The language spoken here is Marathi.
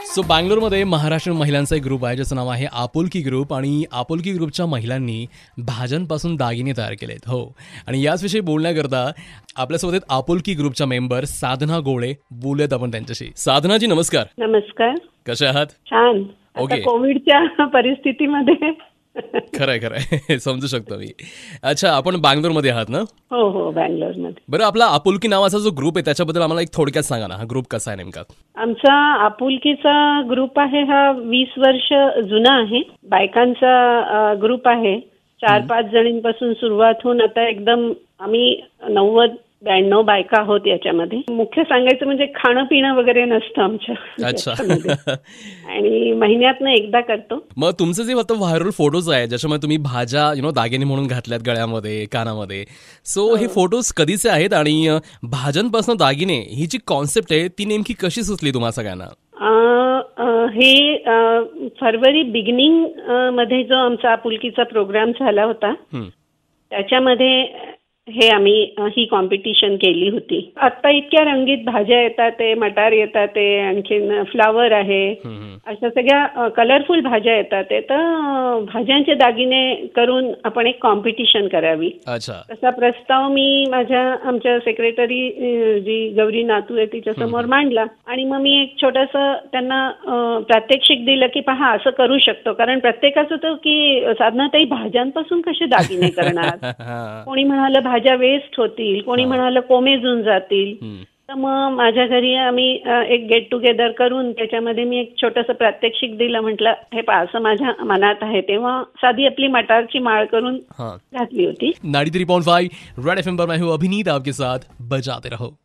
सो बँगलोरमध्ये महाराष्ट्र महिलांचा एक ग्रुप आहे ज्याचं नाव आहे आपुलकी ग्रुप आणि आपुलकी ग्रुपच्या महिलांनी भाज्यांपासून दागिने तयार केलेत हो आणि याचविषयी बोलण्याकरता आपल्यासोबत आहेत आपुलकी ग्रुपच्या मेंबर साधना गोळे बोलूयात आपण त्यांच्याशी साधनाजी नमस्कार नमस्कार कशा आहात छान आता ओके. कोविडच्या परिस्थितीमध्ये खरंय खरंय समजू शकतो मी अच्छा आपण बँगलोरमध्ये आहात ना हो हो बँगलोर मध्ये बरं आपला आपुलकी नावाचा जो ग्रुप आहे त्याच्याबद्दल आम्हाला एक थोडक्यात सांगा ना हा ग्रुप कसा आहे नेमका आमचा आपुलकीचा ग्रुप आहे हा वीस वर्ष जुना आहे बायकांचा अ, ग्रुप आहे चार पाच जणींपासून सुरुवात होऊन आता एकदम आम्ही नव्वद ब्याण्णव बायका आहोत याच्यामध्ये मुख्य सांगायचं म्हणजे खाणं पिणं वगैरे नसतं आमच्या याच्यामध्ये. अच्छा आणि महिन्यातनं एकदा करतो मग तुमचे जे आता व्हायरल फोटोज आहेत ज्याच्यामध्ये तुम्ही भाज्या यु नो दागिने म्हणून घातल्यात गळ्यामध्ये कानामध्ये सो हे फोटोज कधीचे आहेत आणि अ, भाज्यांपासून दागिने ही जी कॉन्सेप्ट आहे ती नेमकी कशी सुचली तुम्हाला सगळ्यांना अ, अ, हे अ, फरवरी बिगिनिंग अ, मध्ये जो आमचा आपुलकीचा प्रोग्राम झाला होता हम्म. त्याच्यामध्ये हे आम्ही अ, ही कॉम्पिटिशन केली होती आत्ता इतक्या रंगीत भाज्या येतात ते मटार येतात ते आणखीन फ्लावर आहे हम्म, हम्म. अशा सगळ्या कलरफुल भाज्या येतात ते तर अ, भाज्यांचे दागिने करून आपण एक कॉम्पिटिशन करावी अच्छा तसा प्रस्ताव मी माझ्या आमच्या सेक्रेटरी अ, जी गौरी नातू आहे तिच्या समोर मांडला आणि मग मी एक छोटस त्यांना अ, प्रात्यक्षिक दिलं की पहा असं करू शकतो कारण प्रत्येकाचं होतं की साधनाताई भाज्यांपासून कसे दागिने करणार हा. कोणी म्हणालं भाज्या वेस्ट होतील कोणी म्हणालं कोमेजून जातील हम्म. तर मग माझ्या घरी आम्ही अ, एक गेट टुगेदर करून त्याच्यामध्ये मी एक छोटंसं प्रात्यक्षिक दिलं म्हटलं हे पहा असं माझ्या मनात आहे तेव्हा साधी आपली मटारची माळ करून हाँ घातली होती नाडी three point five red F पर मैं हूँ अभिनीत आपके साथ बजाते रहो